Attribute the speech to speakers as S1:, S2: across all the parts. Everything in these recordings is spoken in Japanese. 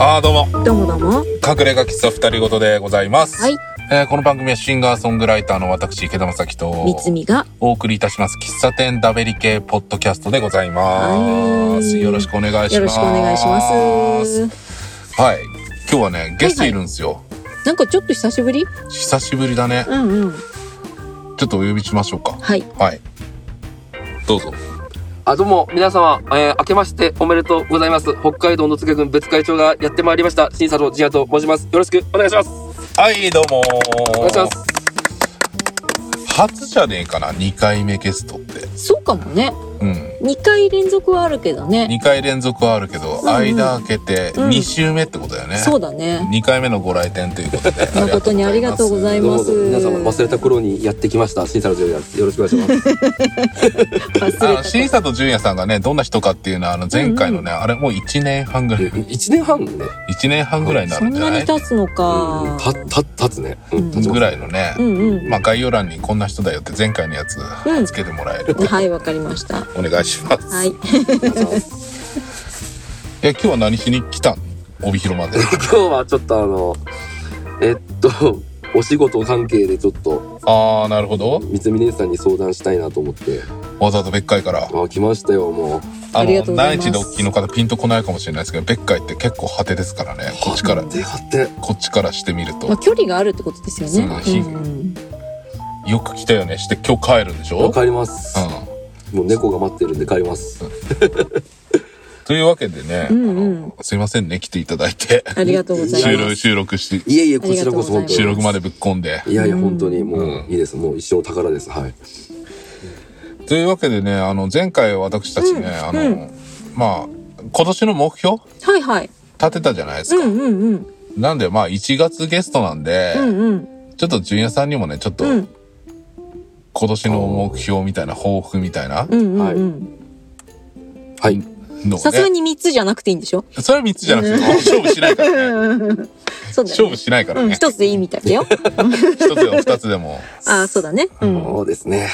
S1: ああ、どうも。
S2: どうもどうも。
S1: 隠れ家喫茶二人ごとでございます。
S2: はい。
S1: えーこの番組はシンガーソングライターの私、池田正樹と、
S2: みつみが。
S1: お送りいたします。喫茶店ダベリ系ポッドキャストでございま
S2: は
S1: す。
S2: い
S1: よろしくお願いします。
S2: よろしくお願いします。。
S1: はい。今日はね、ゲストいるんですよ。
S2: なんかちょっと久しぶり。
S1: 久しぶりだね。
S2: うんうん。
S1: ちょっとお呼びしましょうか。
S2: はい。
S1: はい。どうぞ。
S3: あ、どうも、皆様、えー、明けましておめでとうございます。北海道のつけ郡別会長がやってまいりました。新佐藤千と申します。よろしくお願いします。
S1: はい、どうも。
S3: お願いします。
S1: 初じゃねえかな、2回目ゲストって。
S2: そうかもね。
S1: うん。
S2: 二回連続はあるけどね。
S1: 2回連続はあるけど、
S2: うんうん
S1: 間開けて
S2: うん
S1: 2週目ってことだよね、
S2: そうだね。
S1: 2回目のご来店ということで
S2: 誠にありがとうござい
S3: どう
S2: ま
S3: も
S2: す
S3: どうも皆様、忘れた頃にやってきました。新佐藤千です。よろしくお願いします。
S2: 忘れ
S1: あの
S2: た。
S1: 新里純也さんがねどんな人かっていうのはあの前回のね、あれもう1年半ぐらい
S3: 1年半ね、
S1: 1年半ぐらいにな
S2: そ
S1: るん
S2: ん
S1: じゃ
S2: な
S1: な
S2: に
S1: い
S2: 経つの
S3: うん
S2: か。
S3: た、た、たつね。 うん、
S2: 経
S3: 立
S2: つ
S3: つ
S1: ぐらいのね、
S2: うんうん。
S1: まあ概要欄にこんな人だよって前回のやつ
S2: うん
S1: つけてもらえる、
S2: はい、わかりました。
S1: お願いします、
S2: はい。
S1: え今日は何しに来たん帯広まで
S3: 今日はちょっとあの、えっと、お仕事関係でちょっと、
S1: ああなるほど
S3: 三峰さんに相談したいなと思って。
S1: わざわざ別海から
S3: あ、来ましたよ、もう。
S1: あ
S2: ありが
S1: の
S2: とうござ
S1: 内
S2: い
S1: 地
S2: ます
S1: でお聞きの方ピンとこないかもしれないですけど別海って結構果てですからねこっちから
S3: で、張って。
S1: こっちからしてみると
S2: まあ、距離があるってことですよね。
S1: そう
S2: うんうん。
S1: よく来たよねして今日帰るんでしょ、
S3: 帰ります
S1: う。
S3: もう猫が待ってるんで帰ります。
S1: ん、というわけでね、
S2: うんうん
S1: あのすいませんね来ていただいて
S2: ありがとうございます。
S1: 収録収録し
S3: いえいえ、こちらこそ
S2: ありがとうございま
S3: 本当
S2: す
S3: に。
S1: 収録までぶっこんで
S3: いやいや、
S2: うん
S3: 本当にも
S1: う
S3: うんいいです。もう一生宝です。はい。
S1: というわけでねあの前回私たちね、
S2: うん
S1: あの、
S2: う
S1: まあ今年の目標
S2: はいはい。
S1: 立てたじゃないです
S2: う
S1: か、
S2: んうんうん。
S1: なんでまあ1月ゲストなんで、
S2: うんうん。
S1: ちょっとジュニアさんにもねちょっと
S2: うん
S1: 今年の目標みたいな抱負みたいな
S2: うんうんうん。
S3: はい。
S1: のを
S2: さすが
S1: ね
S2: に三つじゃなくていいんでしょ
S1: それは3つじゃなくて勝負しないからね
S2: そうだ
S1: 勝
S2: よ
S1: 負
S2: ね。
S1: しないから
S2: うん、
S1: ね
S2: 一つでいいみたいだよ。
S1: 一つでも二つでも
S2: ああ、そうだね。うん。
S3: そうですね。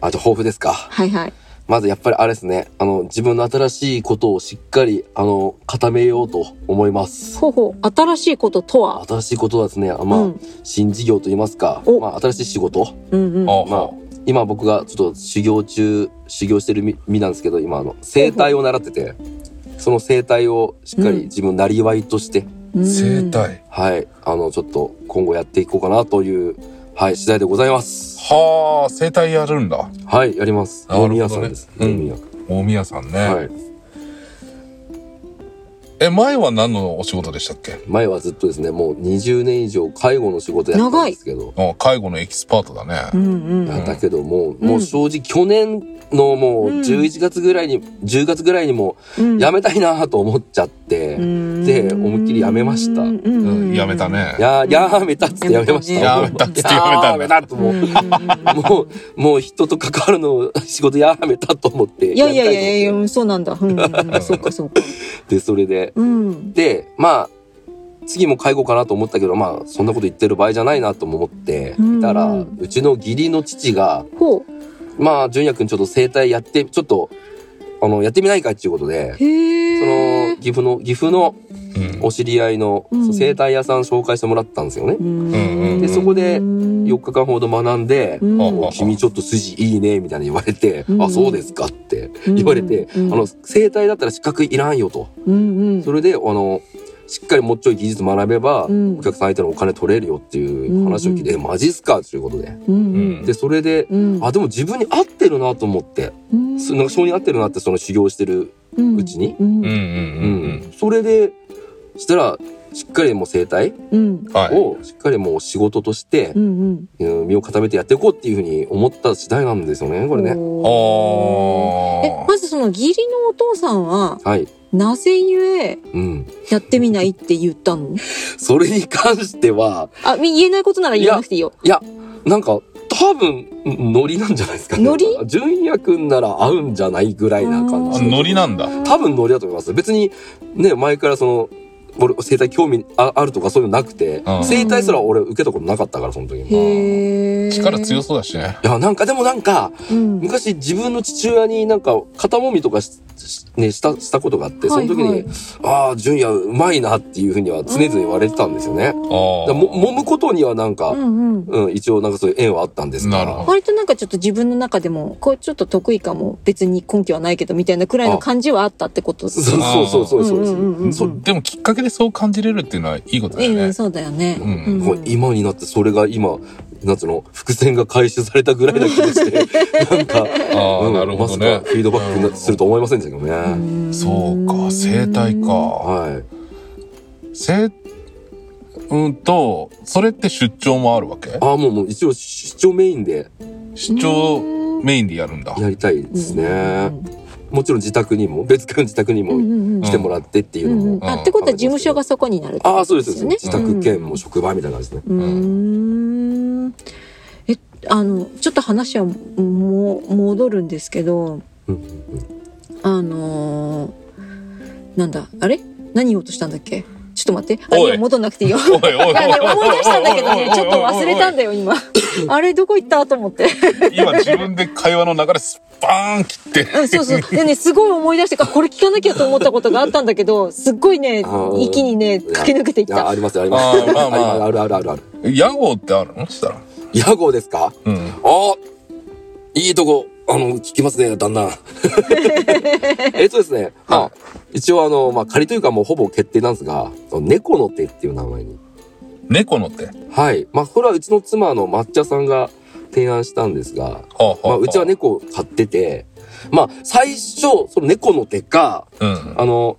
S3: あと、抱負ですか。
S2: はいはい。
S3: まず、やっぱりあれですね。あの、自分の新しいことをしっかり、あの、固めようと思います。
S2: ほうほう、新しいこととは。
S3: 新しいことはですね、あまあ、
S2: うん
S3: 新事業と言いますか
S2: お、
S3: まあ、新しい仕事。
S2: うんうん。
S1: あ
S3: まあ、今僕がちょっと修行中、修行してる身身なんですけど、今、あの、生態を習ってて、その生態をしっか
S2: うん
S3: り自分なりわいとして、
S2: うん
S1: 生。体
S3: はい、あの、ちょっと今後やっていこうかなという、はい、次第でございます。
S1: はあ生体やるんだ
S3: はい、やります。
S1: なるほどね
S3: 大宮さんです。
S1: うん
S3: 大宮。
S1: 大宮さんね、
S3: はい。
S1: え前は何のお仕事でしたっけ
S3: 前はずっとですね、もう20年以上介護の仕事やってたんですけど、
S1: あ介護のエキスパートだ
S2: う
S1: ね、
S2: んうん。
S3: あだけどもう、
S2: うん
S3: もう正直去年のもう
S2: うん
S3: 11月ぐらいに、10月ぐらいにも
S2: うん
S3: やめたいなと思っちゃって、
S2: で
S3: 思いっきりやめました
S2: うん
S1: う
S2: うんん。
S1: やめたね
S3: や、やめたっつってやめました。
S1: やめたっつってやめたんだ
S3: やめたっつって
S2: うんう
S3: も
S2: ん
S3: う
S2: うん。
S3: もう、もう人と関わるの仕事やめたと思って。
S2: いやいやいやいや
S3: めたと思っ
S2: うん、そうなんだ。うんうんうん。そうかそうか。
S3: てで、それで、
S2: うん。
S3: でまあ次も介護かなと思ったけどまあそんなこと言ってる場合じゃないなとも思って
S2: うんうん
S3: いたら、うちの義理の父が
S2: ほ
S3: まあ純也君ちょっと整体やってちょっとあのやってみないかっていうことで
S2: う。。へ
S3: そ
S2: え。
S3: の岐阜の岐阜の
S1: うん
S3: お知り合いの
S2: うん
S3: 整体屋さん紹介してもらったんですよね。
S2: うん
S3: でそこで
S2: うん
S3: 4日間ほど学んで
S2: う、ん
S1: あ
S3: お君ちょっと筋いいねみたいな言われて、
S2: うん
S3: あそうですかって言われて、
S2: うん
S3: あの整体だったら資格いらんよと、
S2: うんうん。
S3: それであのしっかりもうちょい技術学べば、
S2: うん
S3: お客さん相手のお金取れるよっていう話を聞いて、えマジっすかということで。
S2: うんうん
S1: ん
S3: で、それで、
S2: うん
S3: あ、でも自分に合ってるなと思って、
S2: うん
S3: そなんか性に合ってるなって、その修行してる。
S2: うん
S3: うちに
S2: うん
S1: うんうんうん
S3: それで、したら、しっかりもう生態
S2: うん
S1: うんはい
S3: を、しっかりもう仕事として
S2: う、んうん
S3: うん身を固めてやっていこうっていうふうに思った次第なんですよね、これね。
S2: おーえ
S1: おー
S2: まずその義理のお父さんは
S3: はい。
S2: なぜゆえ
S3: うん。
S2: やってみないって言ったの
S3: それに関しては、
S2: あみ言えないことなら言わなくていいよ
S3: いや、なんか、多分、ノリなんじゃないですか、
S2: ノリ
S3: なんか純也くんなら合うんじゃないぐらいな感
S1: あ
S3: じ。
S1: ノリなんだ
S3: 多分ノリだと思います。別に、ね、前からその、俺、生態興味ああるとかそういうのなくて、
S1: うん
S3: 生態すら俺受けたことなかったから、その時に。い
S2: へえ。
S1: 力強そうだしね。
S3: や、なんかでもなんか、
S2: うん。
S3: 昔自分の父親になんか肩もみとかし、しね、した、したことがあって、その時に、
S2: はいはい
S3: ああ、純也うまいなっていうふうには常々言われてたんですよね。だか
S1: あ
S2: あ
S1: ー
S3: らも、揉むことにはなんか、
S2: ー。
S3: う、
S2: うんんうん。
S3: 一応なんかそういう縁はあったんですが
S1: なるほど
S2: 割となんかちょっと自分の中でも、こうちょっと得意かも、別に根拠はないけど、みたいなくらいの感じはあったってこと
S3: そうそうそうそうそうです。
S2: んんんん
S1: そうでもきっかけでそう感じれるっていうのはいいことだ
S2: い
S1: よ
S2: い
S1: ね。
S2: ね、そうだよね。
S1: うん
S3: もう今になってそれが今、なんつうの、伏線が回収されたぐらいな気がして、なんか、
S1: ああ、
S3: うん
S1: なるほどね
S3: まさ。かフィードバックなすると思いませんでしたけどね。
S1: そうか、生態。か。
S3: はい。
S1: 生、うんと、それって出張もあるわけ
S3: ああ、もう、もう一応、出張メインで
S1: 出張メインでやるんだ。
S3: やりたいですね。
S2: ね。
S3: もちろん自宅にも、別からの自宅に
S2: うんう
S3: も
S2: んうん
S1: ん
S3: 来てもらってっていううの
S2: んう
S3: も。
S2: んあってことは事務所がそこになるって
S3: あ
S2: こ
S3: あ、そ
S2: と
S3: う
S2: で
S3: です、
S2: す
S3: そ
S2: よ
S3: う
S2: ね。
S3: です。自宅兼もう職場みたいな感じですね。
S2: うーん。え、あの、ちょっと話はもう戻るんですけど、
S3: うんうん
S2: あのー、なんだ、あれ何言おうとしたんだっけちょっと待って。
S1: お
S2: あ、
S1: い
S2: いや、戻んなくていいよ。
S1: おいおいおいおい
S2: いやね、思い出したんだけど
S1: おいおい
S2: ね
S1: お、い
S2: ちょっと忘れたんだよ、 今。あれ、どこ行ったと思って。
S1: 今自分で会話の流れスパーン切って。
S2: うん、そうそう。でね、すごい思い出してから、これ聞かなきゃと思ったことがあったんだけど、すっごいね
S3: あー、
S2: 息にね、 駆け抜けていっ
S3: いや、
S2: た。
S3: ありますよ、あります
S1: あーまあまあ
S3: あるあるあるある。
S1: 屋号ってあるのそしたら。
S3: 屋号ですか
S1: うん。
S3: あいいとこ、あの、聞きますね、旦那。えっとですね、まあ、一応あの、まあ、仮というかもうほぼ決定なんですが、その猫の手っていう名前に。
S1: 猫の手。は
S3: はい。まあ、これはうちの妻の抹茶さんが提案したんですが、
S1: あはあ
S3: まあ、うちは。猫を飼ってて、まあ、最初、その猫の手か、
S1: うん。
S3: あの、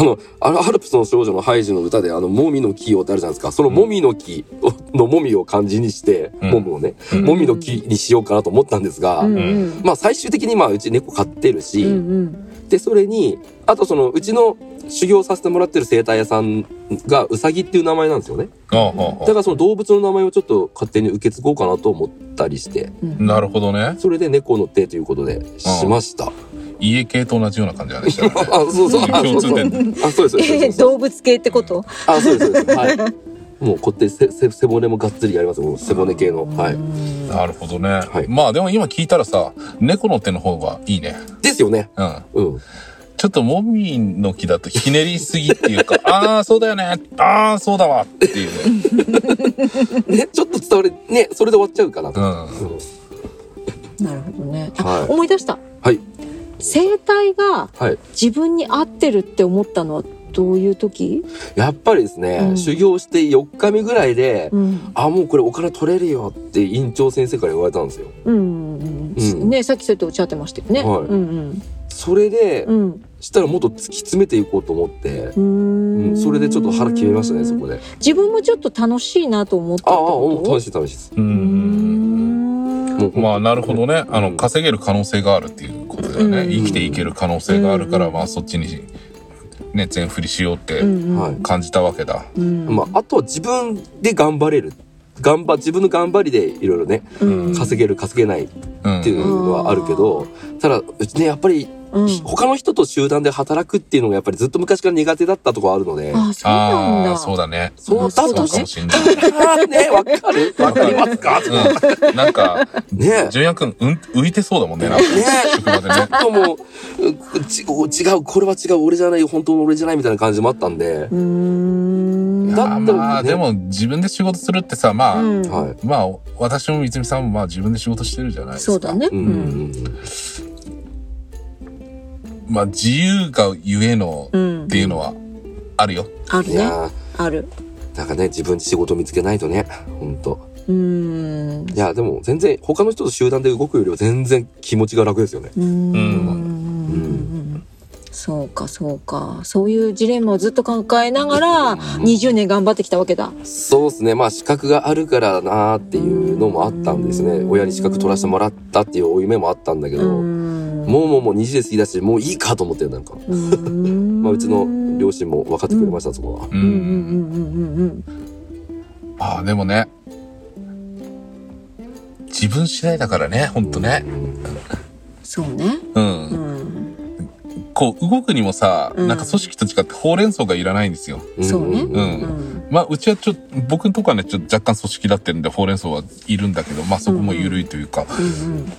S3: あの、アルアルプスの少女のハイジの歌で、あの、もみの木をってあるじゃないですか。そのもみの木をのもみを漢字にして、
S1: うん
S3: もむをね、
S1: うん
S3: もみの木にしようかなと思ったんですが、
S2: うんうん。
S3: まあ最終的にまあうち猫飼ってるし、
S2: うんうん。
S3: で、それに、あとそのうちの修行させてもらってる生態屋さんがうさぎっていう名前なんですよね。
S1: あはあ
S3: だ
S1: は
S3: からその動物の名前をちょっと勝手に受け継ごうかなと思ったりして、
S1: あ。なるほどね。
S3: それで猫の手ということでしました。
S1: 家系と同じような感じだね。したら
S3: あ、
S1: ね
S3: そ うそう、あ、そ
S1: 共
S3: うそ
S1: 通点だ
S3: う。あ、そうです、そうですそうです。
S2: 動物系ってこと
S3: あ、そうです、そうで す。はい。もうこってりせせ背骨もがっつりやります。もう背骨系の。は
S2: う
S3: い。
S2: ん
S1: なるほどね。
S3: い
S1: まあでも今聞いたらさ、猫の手の方がいいね。
S3: ですよね。
S1: うん。
S3: うん。
S1: ちょっともみの木だとひねりすぎっていうか、ああ、そうだよね。ああ、そうだわ。っていうね。
S3: ね、ちょっと伝われ、ね、それで終わっちゃうかな
S1: う
S3: と。
S1: ん。
S3: うん
S2: なるほどね。あ
S3: はい
S2: 思い出した。
S3: はい。
S2: 生態が
S3: はい。
S2: 自分に合ってるって思ったのはどういう時
S3: やっぱりですね、
S2: うん
S3: 修行して4日目ぐらいで、
S2: うん。
S3: あ、もうこれお金取れるよって院長先生から言われたんですよ。
S2: うんうんう。
S3: うんん
S2: ね、さっきそうやっておっしゃってましたよね。
S3: はい
S2: うん
S3: それで、
S2: うん。
S3: したらもっと突き詰めていこうと思って、
S2: う。
S3: うんん、それでちょっと腹決めましたね、そこで。
S2: 自分もちょっと楽しいなと思ったって
S3: ああ、
S2: こ
S3: お
S2: と
S3: 楽しい楽しいです。
S1: う
S2: うー
S1: ん。
S2: ん
S3: もう
S1: まあなるほどね。あ
S3: う
S1: の、
S3: ん
S1: 稼げる可能性があるっていうことだよ
S2: う
S1: ね。
S2: ん
S1: 生きていける可能性があるから、
S2: うん
S1: まあそっちに、ね、全振りしようって
S2: うん
S3: はい
S1: 感じたわけだ。
S2: うん
S3: まあ、あとは自分で頑張れる。頑張、自分の頑張りでいろいろね、
S2: うん
S3: 稼げる、稼げないっ
S1: うん。
S3: ていうのはあるけど、ただ、うちね、やっぱり、
S2: うん
S3: 他の人と集団で働くっていうのがやっぱりずっと昔から苦手だったとこあるので、
S2: あそうなん
S1: あ
S2: だ
S1: あ、そうだね。
S3: そうだ
S1: そうか
S3: と
S1: も
S3: ね。
S1: しんない。
S3: ね、わかるわかりますか
S1: うん。なんか、
S3: ね
S1: 純也くん、うん、浮いてそうだもんね、なんか。
S3: ね
S1: 職場でね。
S3: ちょっともううちお違うこれは違う俺じゃない本当の俺じゃないみたいな感じもあったんで
S2: う、ーん
S3: だった
S1: あ
S3: ら
S1: ー
S3: ね
S1: まあ、でも自分で仕事するってさ、まあ、
S2: うん
S3: はい
S1: まあ、私も三みさんもまあ自分で仕事してるじゃないですか。
S2: そうだね
S3: うんうん
S1: まあ自由がゆえの
S2: うん
S1: っていうのはあるよ。
S2: あ
S3: うん、
S2: る
S3: い
S2: ね
S3: や
S2: ある
S3: ーなんかね自分で仕事見つけないとね本当
S2: うーん
S3: いやでも全然他の人と集団で動くよりは全然気持ちが楽ですよね
S2: うーん
S1: う
S2: そうかそうかそういうジレンマをずっと抱えながら
S3: うん
S2: 20年頑張ってきたわけだ
S3: そうですねまあ資格があるからなーっていうのもあったんですね
S2: うん
S3: 親に資格取らせてもらったっていう夢もあったんだけ
S2: う
S3: ど、
S2: ーん
S3: もうもうもう2時で過ぎだしもういいかと思ってなんか、
S2: うーん
S3: まあ、うちの両親も分かってくれましたそこは
S1: う。
S2: うんんうんうんうんうん
S1: まあでもね、自分次第だからね、ほんとね。
S3: うん
S2: そうね
S1: う。
S2: うんん
S1: こう動くにもさ、
S2: うん
S1: なんか組織と違ってほうれん草がいらないんですよ。
S2: そうね
S3: うん
S1: うん
S2: うん
S1: まあうちはちょっと、僕のとこはね、ちょっと若干組織だってるんでほうれん草はいるんだけど、まあそこも緩いというか、
S2: うん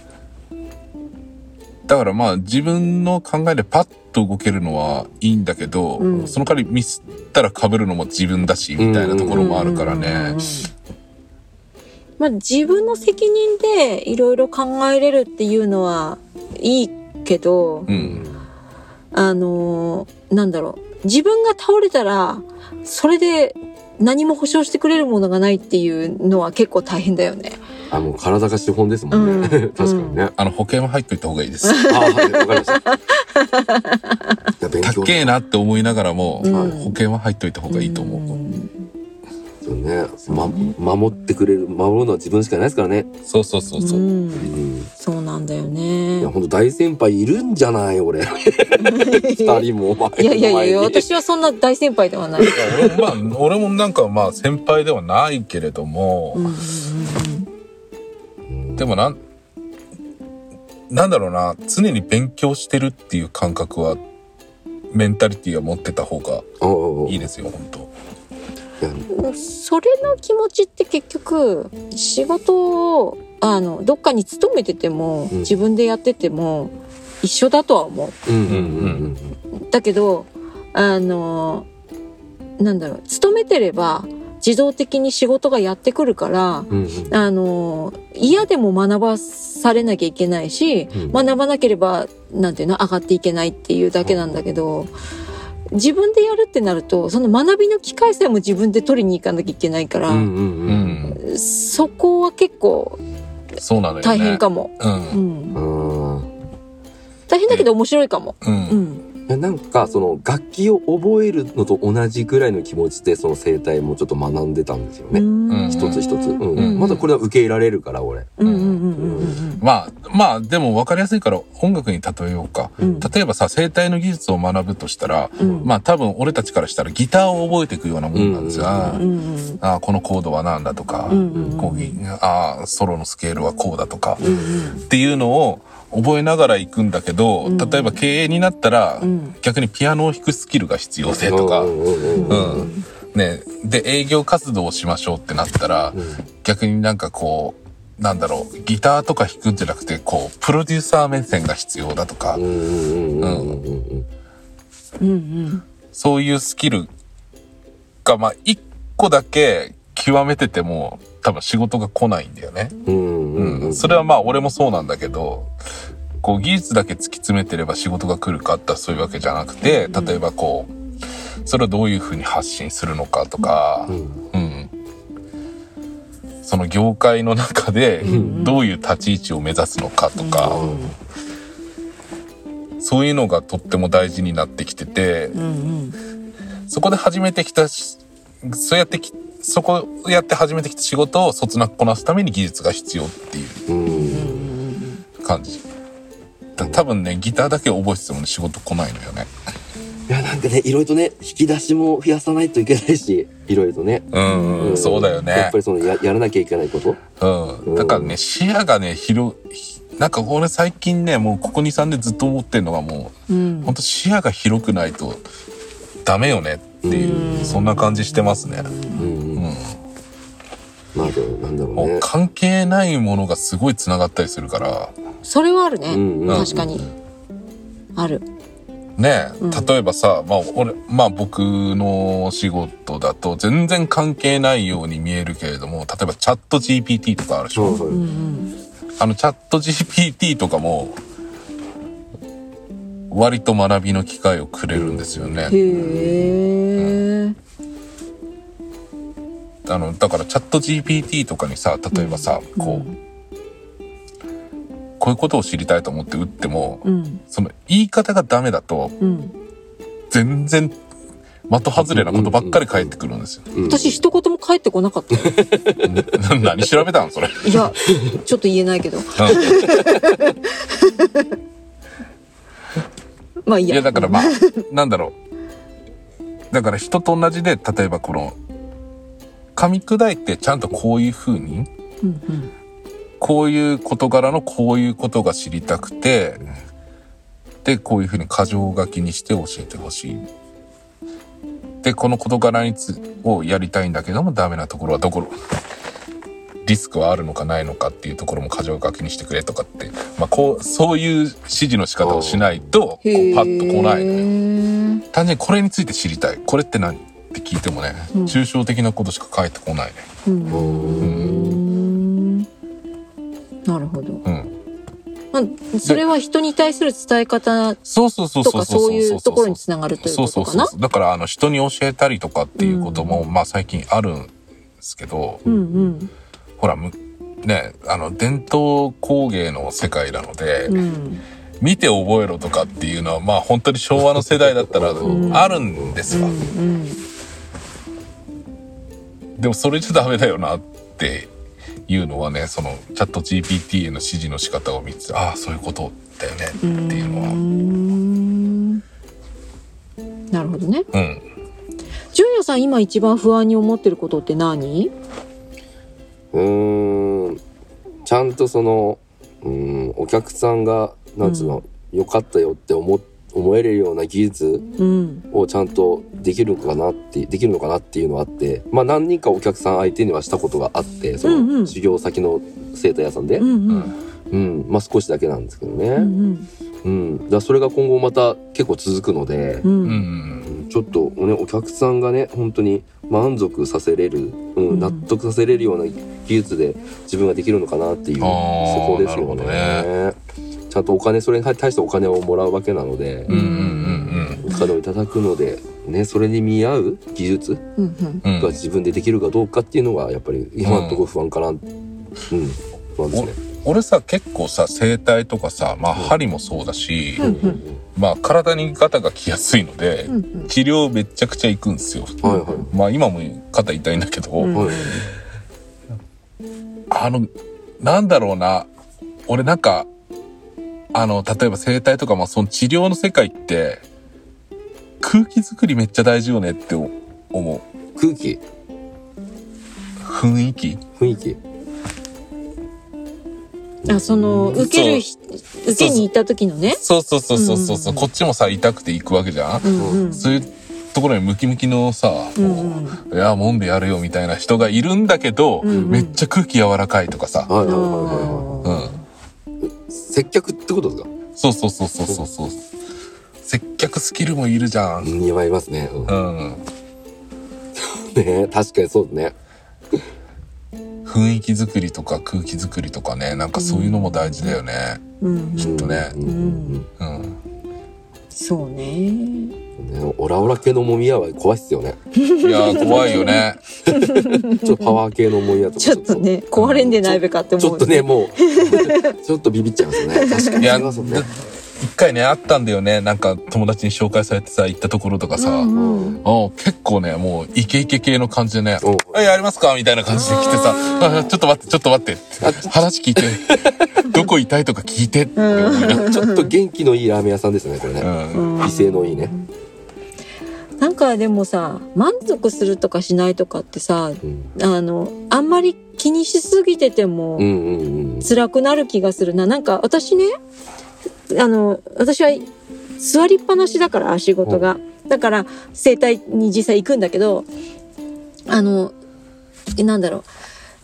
S1: だからまあ自分の考えでパッと動けるのはいいんだけど、
S2: うん
S1: その代わりミスったら被るのも自分だし、みたいなとこ
S2: う
S1: ろ
S2: ん
S1: もあるから
S2: うんうんう
S1: ね
S2: ん。まあ自分の責任でいろいろ考えれるっていうのはいいけど、
S1: うん。
S2: あのーなんだろう自分が倒れたらそれで何も保証してくれるものがないっていうのは結構大変だよね。
S3: あ、もう体が資本ですもんね。
S2: うん
S3: 確かにね。
S1: あの保険は入っといた方がいいです。
S3: あはい、わかりま した。いや、勉
S1: た
S3: 強
S1: っけえなって思いながらも、
S2: うん
S1: 保険は入っといた方がいいと思う。
S2: ん
S3: そうね、ま、守ってくれる、守るのは自分しかないですからね。
S1: そうそうそうそうう。
S2: ん、
S3: うん。
S2: そうなんだよ
S3: い
S2: ね
S3: や、。本当大先輩いるんじゃない俺。二人もお前の前に。
S2: いやいやいや、私はそんな大先輩で はない。
S1: 俺もまあ、俺もなんかまあ先輩ではないけれども、
S2: うんうん
S3: うん。
S1: でもなん、なんだろうな、常に勉強してるっていう感覚は、メンタリティーは持ってた方が
S3: おうおうおう
S1: いい
S3: い
S1: ですよ、本当
S3: や
S2: うんそれの気持ちって結局仕事をあのどっかに勤めてても
S3: うん
S2: 自分でやってても一緒だとは思う。
S3: うんうんうん
S2: だけどあのなんだろう勤めてれば自動的に仕事がやってくるから
S3: うん。うんうん。
S2: あの嫌でも学ばされなきゃいけないし、
S3: うん
S2: 学ばなければなんていうの上がっていけないっていうだけなんだけど。自分でやるってなるとその学びの機会さえも自分で取りに行かなきゃいけないから、
S3: うんうん
S1: う
S3: うん。
S1: ん。
S2: そこは結構
S1: そうなのよね。
S2: 大変かも、
S1: う。
S2: うんん、
S3: あ
S2: 大変だけど面白いかも、
S1: う。
S2: うんん、
S3: ーいやなんかその楽器を覚えるのと同じぐらいの気持ちでその生態もちょっと学んでたんですよね、
S2: うん
S3: 一つ一つ、うん
S1: うん
S3: まだこれは受け入れられるから俺
S2: うんうんうんうんうん
S1: まあ、まあ、でも分かりやすいから音楽に例えようか。
S2: うん
S1: 例えばさ、生体の技術を学ぶとしたら、
S2: うん
S1: まあ多分俺たちからしたらギターを覚えていくようなもんなんですが、
S2: うんうん
S1: ああ、このコードは何だとか、
S2: うんうんうん
S1: こうああ、ソロのスケールはこうだとか、
S2: うんうん
S1: っていうのを覚えながら行くんだけど、
S2: うん
S1: 例えば経営になったら、
S2: うん
S1: 逆にピアノを弾くスキルが必要性とか、
S3: うんうんうん
S1: うんね、で営業活動をしましょうってなったら、逆になんかこうなんだろうギターとか弾くんじゃなくてこうプロデューサー目線が必要だとか、
S3: うんうんうんうんうんうん
S2: うん
S1: そういうスキルがまあ一個だけ極めてても多分仕事が来ないんだよね。
S3: うん
S1: う
S3: うんんうん
S1: それはまあ俺もそうなんだけどこう技術だけ突き詰めてれば仕事が来るかってそういうわけじゃなくて例えばこうそれをどういうふうに発信するのかとか、
S3: うん
S1: うん、その業界の中で
S2: ん
S1: どういう立ち位置を目指すのかとか、そういうのがとっても大事になってきてて
S2: うんうん
S1: そこで始めてきたしそうやってきそこをやって始めてきた仕事をそつなくこなすために技術が必要っていう
S3: うん
S1: 感じだ多分ねギターだけ覚えててもね仕事来ないのよね
S3: いやなんかねいろいろとね引き出しも増やさないといけないしいろいろとね、
S1: うん、そうだよ
S3: やっ
S1: ね
S3: ぱりそのややらなきゃいけないこと
S1: うんだからね視野がね広ひなんか俺最近ねもうここ23年ずっと思ってるのがも
S2: う
S1: うんほんと視野が広くないとダメよねっていうそんな感じしてますね
S3: うん
S1: うん
S3: まあでもなんだろう
S1: もう
S3: ね
S1: 関係ないものがすごい繋がったりするから
S2: それはあるね、
S3: うんうん
S2: 確かにある
S1: ね
S2: うん
S1: 例えばさ、まあ俺まあ僕の仕事だと全然関係ないように見えるけれども例えばチャット GPT とかあるでしょ、
S3: そう
S2: うん
S3: そう
S2: うん
S1: あのチャット GPT とかも割と学びの機会をくれるんですよね。
S2: へえ
S1: あのだからチャット GPT とかにさ例えばさ、こうこういうことを知りたいと思って打っても、
S2: うん
S1: その言い方がダメだと
S2: うん
S1: 全然的外れなことばっかり返ってくるんですよ。
S3: うん
S2: 私一言も返ってこな かったよ
S1: 何調べたのそれ。
S2: いやちょっと言えないけど
S1: うん
S2: まあいい
S1: い
S2: や
S1: やだからまあなんだろうだから人と同じで例えばこの噛み砕いてちゃんとこういう風に
S2: うんうん
S1: こういう事柄のこういうことが知りたくて、で、こういうふうに箇条書きにして教えてほしい。で、この事柄につをやりたいんだけども、ダメなところはどころ。リスクはあるのかないのかっていうところも箇条書きにしてくれとかって、まあ、こう、そういう指示の仕方をしないと、こうパ
S2: へえ。
S1: ッと来ないのよ。
S2: の
S1: 単純にこれについて知りたい。これって何って聞いてもね、
S2: うん
S1: 抽象的なことしか返ってこないね。
S2: うん。
S3: うん。
S2: なるほど。
S1: うん。
S2: まあ、それは人に対する伝え方
S1: そうそうそう
S2: と
S1: そう
S2: かそういうところに
S1: そう
S2: つながるという
S1: そう
S2: こ
S1: そ
S2: と
S1: う
S2: かな。
S1: そう。だから、あの、人に教えたりとかっていうことも、まあ最近あるんですけど、
S2: うんうん
S1: ほら、むね、あの、伝統工芸の世界なので、
S2: うん
S1: 見て覚えろとかっていうのは、まあ本当に昭和の世代だったら
S3: うん
S1: あるんです
S2: う
S1: わ。
S2: ん
S1: でもそれじゃダメだよなっていうのはね、そのチャット GPT への指示の仕方を見て、ああ、そういうことだよねって
S2: うん
S1: いうのは。
S2: うんなるほどね。
S1: うん。
S2: ジュニアさん今一番不安に思ってることって何？
S3: うーんちゃんとその、うん、お客さんが、なんつうの、良かったよって思、思えるような技術
S2: うん
S3: をちゃんとできるのかなって、できるのかなっていうのはあって、まあ何人かお客さん相手にはしたことがあって、そ
S2: うんうん
S3: の修行先の生徒屋さんで、
S2: う
S3: うん、
S2: ん
S1: う
S2: うん
S1: ん。
S3: まあ少しだけなんですけどね。
S2: うんうん
S3: うん、だからそれが今後また結構続くので、
S2: う
S1: うんん。
S3: ちょっとね、お客さんがね、本当に満足させれる、うん
S2: うん
S3: 納得させれるような技術で自分ができるのかなっていう、そ
S1: あー
S3: こですよ
S1: な
S3: ね。ちゃんとお金、それに対してお金をもらうわけなので
S1: うんう、んうん
S3: お金をいただくので、ね、それに見合う技術
S2: うんうん
S1: うん。う
S3: が
S1: ん、
S3: 自分でできるかどうかっていうのが、やっぱり今のところ不安かな。うん、不安ですね。
S1: 俺さ結構さ整体とかさ、まあ、
S3: うん
S1: 針もそうだし、
S2: うん
S1: まあ、体に肩が来やすいので、
S2: うんうん
S1: 治療めっちゃくちゃ行くんですよ。
S3: はいはい。
S1: まあ今も肩痛いんだけど、
S2: うん
S3: はい。
S1: あの、なんだろうな。俺なんか、あの、例えば整体とか、まあその治療の世界って、空気作りめっちゃ大事よねって思う。
S3: 空気、
S1: 雰囲気
S3: 雰囲気。
S2: あその受けるひ受けに行った時のね。
S1: そうそうそうそうそうそう、
S2: うん
S1: こっちもさ、痛くて行くわけじゃん、
S2: うんうん
S1: そういうところにムキムキのさ、もう
S2: うん
S1: いや、もんでやるよみたいな人がいるんだけど、
S2: うんうん
S1: めっちゃ空気柔らかいとかさ。
S3: はいはいはいはいはい。
S1: う
S2: あ
S1: ん。
S3: 接客ってことですか
S1: そうそうそうそうそうそう。接客スキルもいるじゃん。
S3: うん、いいますね。うん
S1: うん。
S3: ね確かにそうですね。
S1: 雰囲気作りとか空気作りとかねなんかそういうのも大事だよね
S2: ーうん
S1: きっとね
S3: うんうん
S1: うん、
S2: そうね。
S3: うんねオラオラ系のもみ屋は怖いっ すよね。
S1: いやー怖いよね
S3: ちょっとパワー系のもみ屋とか。
S2: ちょっとね壊れんでないべかって
S3: ち
S2: 思う。
S3: ょっとね、もう、 ちょっとビビっちゃいますよね。確か
S1: い
S3: に。
S1: や
S3: 違いますよね。
S1: 一回ねあったんだよねなんか友達に紹介されてさ行ったところとかさ、
S2: うん
S3: うん
S1: ああ結構ねもうイケイケ系の感じでね
S3: おう
S1: 「あやりますか?」みたいな感じで来てさ「あちょっと待ってちょっと待って」話聞いて「どこ痛い?」とか聞いてって思いながら
S3: ちょっと元気のいいラーメン屋さんですね、これね。
S1: うん
S2: うん
S3: 威勢のいいね。
S2: なんかでもさ満足するとかしないとかってさ
S3: うん。
S2: あのあんまり気にしすぎてても。
S3: うんうんうん。
S2: 辛くなる気がするな。なんか私ね、あの、私は座りっぱなしだから、仕事が。だから、整体に実際行くんだけど、あの、えなんだろう。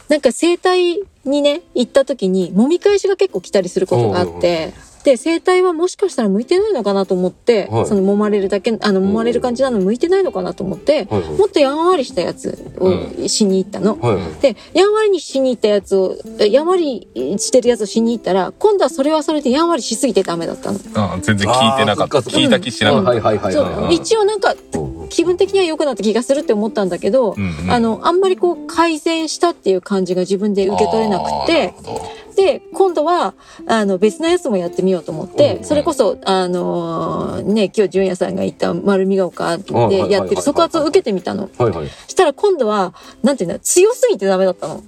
S2: なんか整体にね、行った時に、揉み返しが結構来たりすることがあ
S3: お
S2: っ
S3: うおう
S2: て、で、整体はもしかしたら向いてないのかなと思って、
S3: はい
S2: その揉まれるだけ、あの、
S3: ん
S2: 揉まれる感じなの向いてないのかなと思って、
S3: はいはい
S2: もっとやんわりしたやつをしに行ったの。
S3: はいはい。
S2: で、やんわりにしに行ったやつを、えやんわりしてるやつをしに行ったら、今度はそれはそれでやんわりしすぎてダメだったの。
S1: うん全然聞いてなかった
S3: あーそっかそっか
S1: 聞いた気しなかった、
S3: はいはいはい
S2: そ
S3: はいは
S2: う
S3: い。
S2: 一応なんか、
S3: うんうん
S2: 気分的には良くなった気がするって思ったんだけど、
S1: うんうん
S2: あの、あんまりこう改善したっていう感じが自分で受け取れなくて、
S1: あーなるほど
S2: で、今度は、あの、別のやつもやってみようと思っ
S3: うん
S2: て
S3: う、ん
S2: それこそ、あのーね、今日純也さんが言った丸みが丘
S3: はいはいはい
S2: で
S3: はい
S2: やってる即発を受けてみたの。
S3: はいはい。
S2: したら今度は、なんていうんだ、強すぎてダメだったの。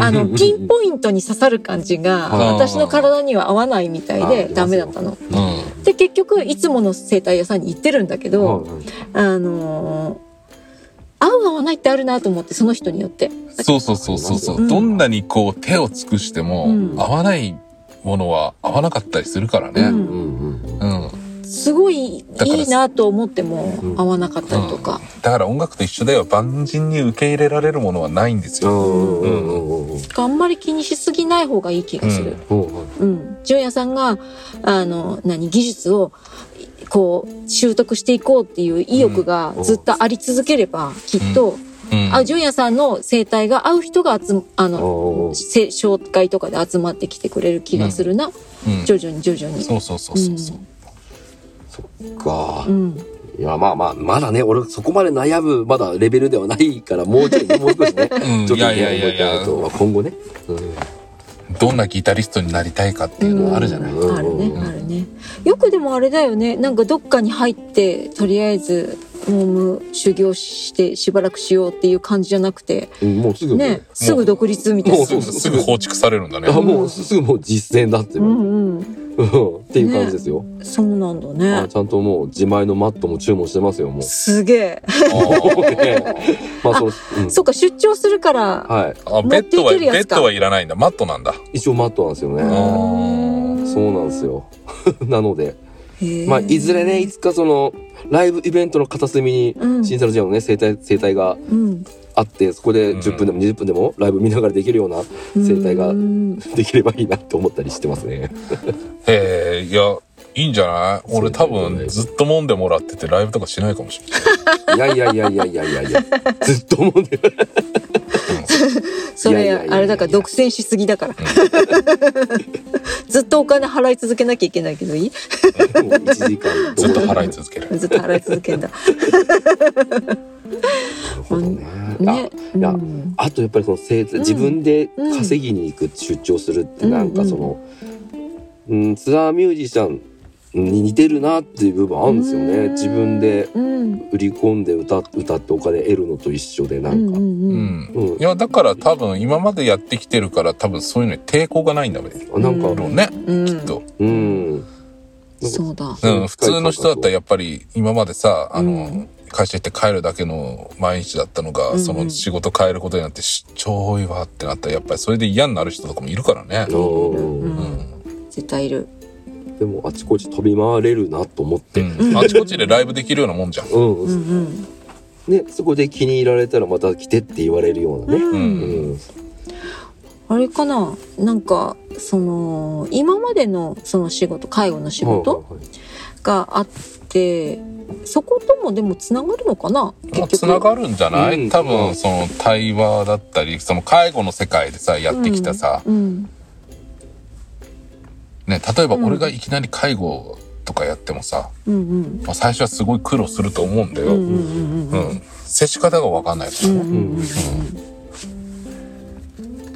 S2: あの、ピンポイントに刺さる感じが、
S1: うん
S2: 私の体には合わないみたい
S3: あ
S2: で、
S3: ー
S2: ダメだったの。
S1: うん
S2: で、結局、いつもの整体屋さんに行ってるんだけど、
S3: はいはい
S2: あのー合う合わないってあるなと思って、その人によって。
S1: そうそうそうそうそう、
S2: うん
S1: どんなにこう手を尽くしても、
S2: うん
S1: 合わないものは合わなかったりするから
S2: う
S1: ね。
S3: うんうんうん。
S1: うん。
S2: すごい
S1: だから
S2: いいなと思っても
S3: うん
S2: 合わなかったりとか、
S1: だから音楽と一緒だよ万人に受け入れられるものはないんです
S3: う
S1: よ、
S3: んうんうんうん
S2: あんまり気にしすぎない方がいい気がする。
S3: うん
S2: うん。純也さんが、あの、何、技術を、こう、習得していこうっていう意欲がずっとあり続ければ、きっと、
S1: うん
S2: あ、純也さんの生態が合う人が集ま、あ
S3: おうお
S2: の、
S3: う
S2: せ紹介とかで集まってきてくれる気がするな。
S1: うん
S2: 徐々に徐々に。
S1: そうそうそうそうそう、
S3: か
S2: うん。
S3: いやまあまあまだね俺そこまで悩むまだレベルではないからもうちょいもう少しね
S1: うん
S3: ちょっとい
S1: いやいやいやいや
S3: あとは今後ね
S1: どんなギタリストになりたいかっていうのはあるじゃない、
S2: うんあるね、あるね。よくでもあれだよね。なんかどっかに入って、とりあえず、モーム修行してしばらくしようっていう感じじゃなくて、
S3: うんもうすぐ
S2: ね、すぐ独立みたい
S3: も
S2: な
S3: う。そう
S1: すすぐ放築されるんだ ね
S3: あもうすぐもう実践だって
S2: う
S3: うん
S2: うん。
S3: っていう感じですよ
S2: そうなんだ
S3: あ
S2: ね。
S3: ちゃんともう自前のマットも注文してますよ もう
S2: すげえ。
S3: まあそうう ん
S2: そっか、出張するから、
S3: はい
S1: あベッドは
S2: 持っていける
S1: ベ
S2: や
S1: ッ
S2: つか
S1: ドはいらないんだマットなんだ
S3: 一応マットなんですよね
S1: あ
S3: そうなんですよ なので
S2: へえ
S3: まあいずれねいつかそのライブイベントの片隅に
S2: うん
S3: 新サロジアのね生態生態が
S2: うん。
S3: あってそこで10分でも20分でもライブ見ながらできるような生態が
S2: うん
S3: できればいいなって思ったりしてますね。
S1: へえいやいいんじゃない俺多
S3: そ
S1: 分
S3: う
S1: ずっと揉んでもらっててライブとかしないかもしれない
S3: いやいやいやいやいやいやいやずっと思うんで
S2: そ
S3: い
S2: れ
S3: やいやいやいや
S2: あれだから独占しすぎだから。 ずっとお金払い続けなきゃいけないけどいい？
S3: もう1時間
S1: ずっと払い
S3: て
S1: 続ける
S2: ずっと払い続 けんだ。ね
S3: ね。。あいや
S2: うん
S3: あとやっぱりその生態
S2: うん
S3: 自分で稼ぎに行く出張するってなんかその、うん、ツアーミュージシャンに似てるなっていう部分あるんですよね。自分で
S2: うん
S3: 売り込んで歌歌ってお金得るのと一緒でな
S2: うんんう
S3: か、
S2: ん
S1: う
S2: うん。
S1: ん
S3: うん
S1: いやだから多分今までやってきてるから多分そういうのに抵抗がないんだべだ
S3: あなんか、
S2: う
S1: ろうね
S2: うん
S1: きっと、
S3: うん、
S2: そうだ。
S1: うん、普通の人だったらやっぱり今までさあの、
S2: うん
S1: 会社行って帰るだけの毎日だったのが、
S2: うんうん
S1: その仕事変えることになってしちょいわってなったらやっぱりそれで嫌になる人とかもいるからね。
S2: う
S1: うんん
S2: 絶対いる。
S3: でもあちこち飛び回れるなと思って、
S1: うん、あちこちでライブできるようなもんじゃん。
S3: うん
S2: うんうん。
S3: ね、そこで気に入られたらまた来てって言われるようなね、
S2: う
S3: うん
S1: ん
S2: あれかななんかその今までのその仕事介護の仕事
S3: はいはい
S2: があってそこともでもつながるのかな結
S1: まあ、
S2: 局
S1: つながるんじゃない、
S3: うん
S1: 多分その対話だったりその介護の世界でさやってきたさ、
S2: うん
S1: ね、例えば
S2: うん
S1: 俺がいきなり介護とかやってもさ、
S2: うんうん
S1: まあ、最初はすごい苦労すると思うんだよ。
S2: う
S1: うんん
S2: うんうんうん
S1: 接し方が分かんないから
S2: うん
S1: ね
S2: うんうんうん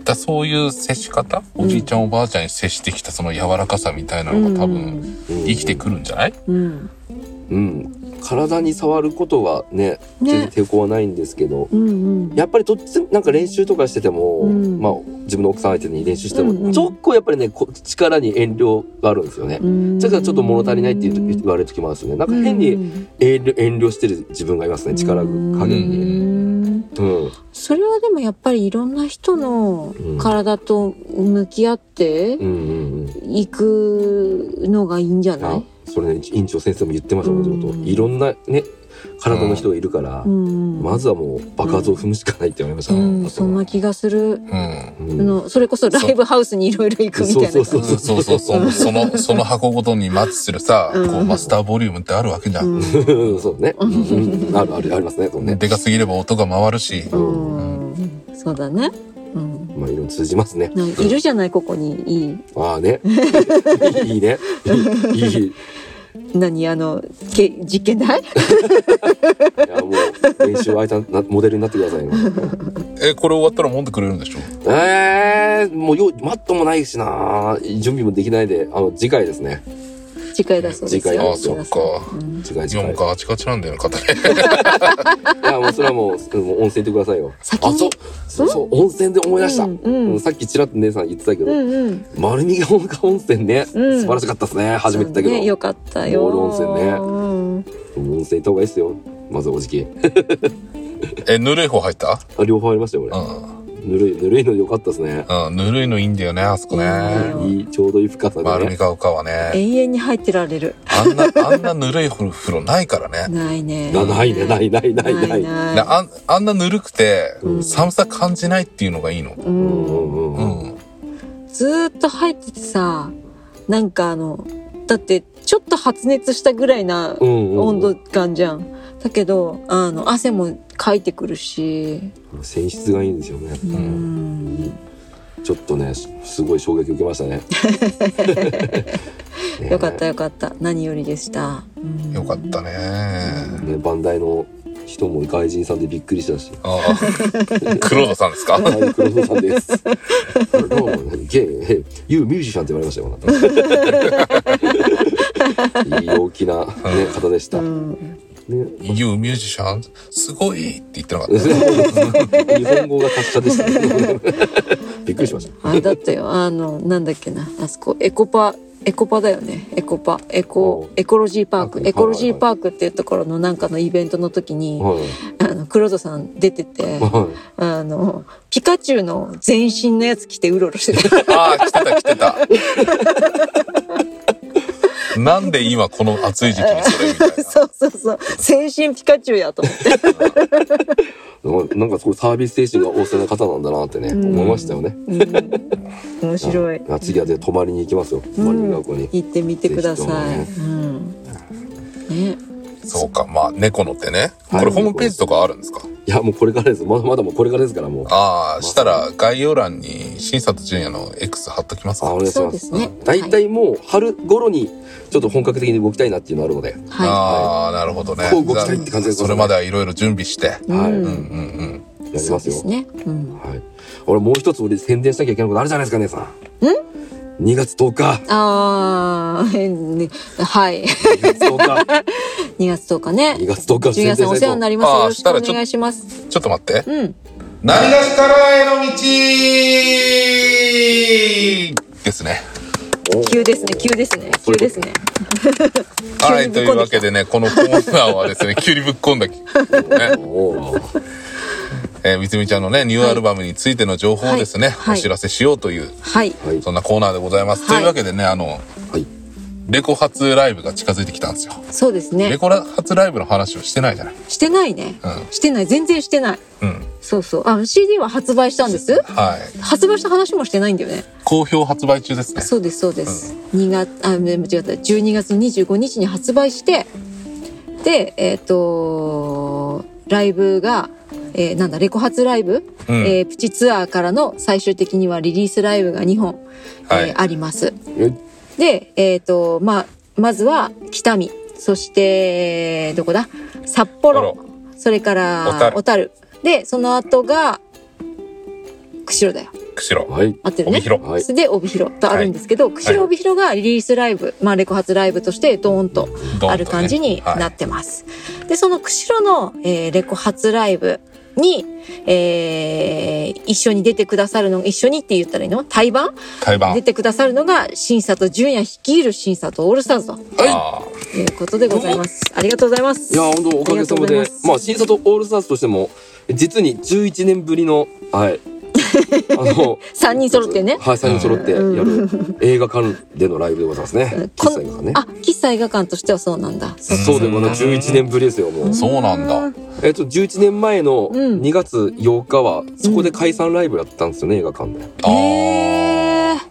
S1: だそういう接し方、おじいちゃんおばあちゃんに接してきたその柔らかさみたいなのが多分
S3: は
S1: 生
S3: い
S1: きてくるんじゃない、
S2: うんうん
S3: うん、体に触ることはね全
S2: ね
S3: 然抵抗はないんですけど、
S2: うんうん
S3: やっぱりどっちなんか練習とかしてても、
S2: うん
S3: まあ、自分の奥さん相手に練習しても、
S2: うんうん
S3: ちょっとやっぱりねこ力に遠慮があるんですよね。
S2: うん
S3: だからちょっと物足りないって言う言われる時もあるんですよね。なんか変に遠慮遠慮してる自分がいますね力加減に。
S2: に
S3: うん
S2: それはでもやっぱりいろんな人の
S3: うん
S2: 体と向き合って
S3: うんうんうん
S2: いくのがいいんじゃな
S3: あ
S2: い、
S3: それね院長先生も言ってましたもん、
S2: うん
S3: ちょっといろんなね体の人がいるから、
S2: うん、
S3: まずはもう爆発を踏むしかないって言われました
S2: う
S3: ね。
S2: ん、そんな気がす
S1: う
S2: る。
S1: ん
S3: うん
S2: あのそれこそライブハウスにいろいろ行くみたいな感じ。
S3: そう
S1: そうそうそうそのそのその箱ごとにマッチするさ、
S2: うん
S1: こうマスターボリュームってあるわけじゃん、
S3: うんそうね。うんあるあるありますね。そうね。
S1: でかすぎれば音が回るし、
S2: うんうんそうだね。うん、
S3: まあいろいろ通じますね。
S2: なんかいるじゃないここにいい
S3: ああね。いいね。いい。いいい
S2: 何あのけ実験 台
S3: やもう練習相手なモデルになってくださいよ。
S1: えこれ終わったら揉んでくれるんでしょ
S3: ええもうよマットもないしな。準備もできないで、あの次回ですね。
S2: 次回だそうです
S3: 次回
S2: よ。
S3: だ
S1: あそっか
S2: うん
S3: 次回
S1: い
S3: 次
S1: やも
S3: 回。
S1: うガチガチなんだよね肩ね
S3: いやもうそれはもうもう温泉行ってくださいよ。
S2: 先に
S3: あそうそうそう温泉で思い出した。
S2: う
S3: うんん
S2: うん
S3: さっきちらっと姉さん言ってたけ
S2: う
S3: ど、
S2: んうん。
S3: 丸見が丘温泉ね
S2: うん
S3: 素晴らしかったですね。初めてだけ
S2: そうね、よ
S3: ど。
S2: かったよ。
S3: ボール
S2: 温
S3: 温温泉行った方がいいですよ。まずおじき。
S1: えぬるい方入った
S3: あ両方ありましたよ俺
S1: う。ん
S3: ぬるい、ぬるいの良かったですね。
S1: うん、ぬるいのいいんだよね、あそこ
S2: いいんだ
S1: ね
S2: よ。
S3: いい、ちょうどいい深さ
S1: 丸
S3: で
S1: み
S3: ね。
S1: が丘はね。
S2: 永遠に入ってられる。
S1: あんな、あんなぬるい風呂ないからね。
S2: ないね。
S3: なないね、ないないないない。うん
S1: であんあんなぬるくて、
S2: うん
S1: 寒さ感じないっていうのがいいの。
S2: う。
S3: うんん
S1: う
S3: うん。
S1: ん。
S2: ずーっと入っててさ、なんかあの、だってちょっと発熱したぐらいな
S3: うんうん。
S2: 温度感じゃん。だけど、あの、汗もかいてくるし、
S3: 泉質がいいんですよね。
S2: うん。
S3: ちょっとね、すすごい衝撃受けましたね。ね
S2: よかったよかった。何よりでした。うん
S1: よかったね。
S3: ね、バンダイの人も外人さんでびっくりしたし。
S1: あ あ。黒田さんですか
S3: はい、黒沢さんです。どうも、ゲイ、ユーミュージシャンって言われましたよ、 なんかいい陽気な、ね、方でした。
S2: う
S3: ね、
S2: ん。
S1: ?You musician? すごいって言ってなかっ
S3: 日本語が達者でしたね。 びっくりしまし
S2: あれだったよ。あの、なんだっけな。あそこ、エコパ、エコパだよね。エコパ、エコ
S3: お、
S2: エコロジーパーク
S3: は。い
S2: エコロジーパークっていうところのなんかのイベントの時
S3: た。
S2: に、
S3: はい。
S2: あの、黒田さん出てて、
S3: は
S2: あの、ピカチュウの全身のやつ着てうろうろして た。
S1: た。ああ、来てた来てた。なんで今この暑い時期にそれみたいな。
S2: そうそうそう。全身ピカチュウやと思 って。
S3: いなんかなんかすごいサービス精神が旺盛な方なんだなってね、
S2: うん
S3: 思いましたよね。
S2: うん、面白い。
S3: あ次はで泊まりに行きますよ。泊まりに学校に。
S2: 行ってみてください。
S3: ぜ
S2: うん。ね。
S1: そうか、まあ、猫のってね。これホームページとかあるんですか
S3: いや、もうこれからです。まだまだもうこれからですから、もう。
S1: ああ、したら概要欄に新里純也の X 貼っときます
S3: あ、
S1: か。
S3: お願いし
S2: そう
S3: ま。
S2: ですすね。
S3: 大体もう春頃にちょっと本格的に動きたいなっていうのあるので、
S2: はい。は
S1: ああ、なるほどね。
S3: こう動きたいって感じです
S1: そ
S3: ね
S1: れまではいろいろ準備して。
S2: い。
S3: は
S1: うんうん
S2: う
S3: い
S2: ん。
S1: うん。
S3: やり
S2: そ
S3: ま
S2: う
S3: す
S2: で
S3: よ。
S2: すね。うん。
S3: はい。俺もう一つ俺宣伝しなきゃいけないことあるじゃないですか、姉さん。ん ?2 月10日。
S2: ああ、変ね。はい。
S3: 2月10
S2: 2月10日ね
S3: 日。。2月10日
S2: 純也さんお世話になります。
S1: あー
S2: よろしく
S1: した
S2: お
S1: らちょ
S2: 願いします。
S1: ちょっと待って。
S2: うん。
S1: 何がしからへの道ですね。
S2: 急ですね。急ですね。急ですね。
S1: はい、とい
S2: 急にぶっ
S1: う
S2: こ
S1: ん
S2: で
S1: わ
S2: き
S1: け
S2: た
S1: でね、このコーナーはですね、急にぶっこんだ、ね、
S3: おー
S1: えー、みつみちゃんのね、ニューアルバムについての情報をですね、
S2: はいはい
S1: お知らせしようという、
S2: はい。
S3: はい。
S1: そんなコーナーでございます。
S2: はい
S1: というわけでね、あの、
S3: はい。
S1: レコ発ライブが近づいてきたんですよ。
S2: そうです
S1: レ
S2: ね。
S1: コ発ライブの話をしてないじゃない。
S2: してないね。
S1: う
S2: してない。全然してない。
S1: うん。
S2: そうそう。あ、CD は発売したんです
S1: はい。
S2: 発売した話もしてないんだよね。
S1: 好評発売中ですね。
S2: そうです、そうです。2月、あ、間違った。12月25日に発売して、で、えっ、と、ライブが、えーなんだ、レコ発ライブ、
S1: うん
S2: えープチツアーからの最終的にはリリースライブが2本、
S1: はい
S2: えーあります。
S3: よい
S2: で、えっ、と、まあ、まずは北見、そして、どこだ札幌
S1: 札、
S2: それか
S1: 小樽
S2: ら小樽。で、その後が、釧路だよ。
S1: 釧路。
S3: はい。
S2: 合ってるね
S1: 帯。広。
S3: はい。
S2: それで帯広とあるんですけど、釧路帯広がリリースライブ、まあ、レコ発ライブとしてドーンと
S1: ドーンとね
S2: ある感じになってます。でその釧路の、えーレコ発ライブに、えー一緒に出てくださるの一緒にって言ったらいいの対バン
S1: 台湾。
S2: 出てくださるのが新里純也率いる新里オールスターズと
S1: あー
S2: いうことでございます。ありがとうございます。
S3: いや、本当おかげさま
S2: ありがとうございま。
S3: ですまあ、新里オールスターズとしても、実に11年ぶりの、 はい。あの、
S2: 3人揃ってね。
S3: はい、3人揃ってやる映画館でのライブでございますね。
S2: こ
S3: 喫
S2: ん
S3: 茶映画館ね。
S2: あ、喫茶映画館としてはそうなんだ。そ
S3: そうでございます。11年ぶりですよ、もう。
S1: そうなんだ。
S3: えっと、11年前の
S2: うん
S3: 2月8日は、そこで解散ライブやったんですよね、映画館で。
S1: あー
S2: へー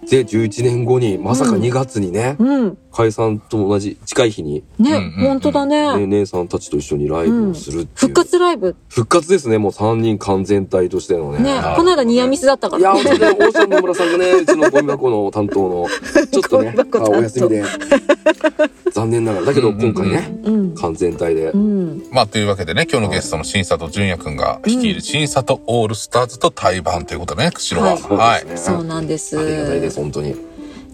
S3: で、11年後に、まさか
S2: うん
S3: 2月にね、
S2: うん。
S3: 解散と同じ近い日に、
S2: ね、
S1: うんうんうん
S2: 本当だね。
S3: ね、姉さんたちと一緒にライブをするってい
S2: 復
S3: う。
S2: 活ライブ
S3: 復活ですね、もう3人完全体としてのね。
S2: ね、この間ニアミスだったか
S3: いや、
S2: らね。
S3: 本当ね、オーシャン野村さんがね、うちのゴミ箱の担当 の、ちょっとね
S2: ゴミ箱、担
S3: あ
S2: 当
S3: お休みで、残念ながら、だけど今回ね、
S2: うん。
S3: 完全体で
S2: う、ん。
S1: まあ、というわけでね、今日のゲストの新里純也くんが率いる新里オールスターズと対バンということでね、釧路は。
S3: は
S1: はいい。
S2: そうなんです。
S3: ありがたいです、
S2: 2
S3: 本当に。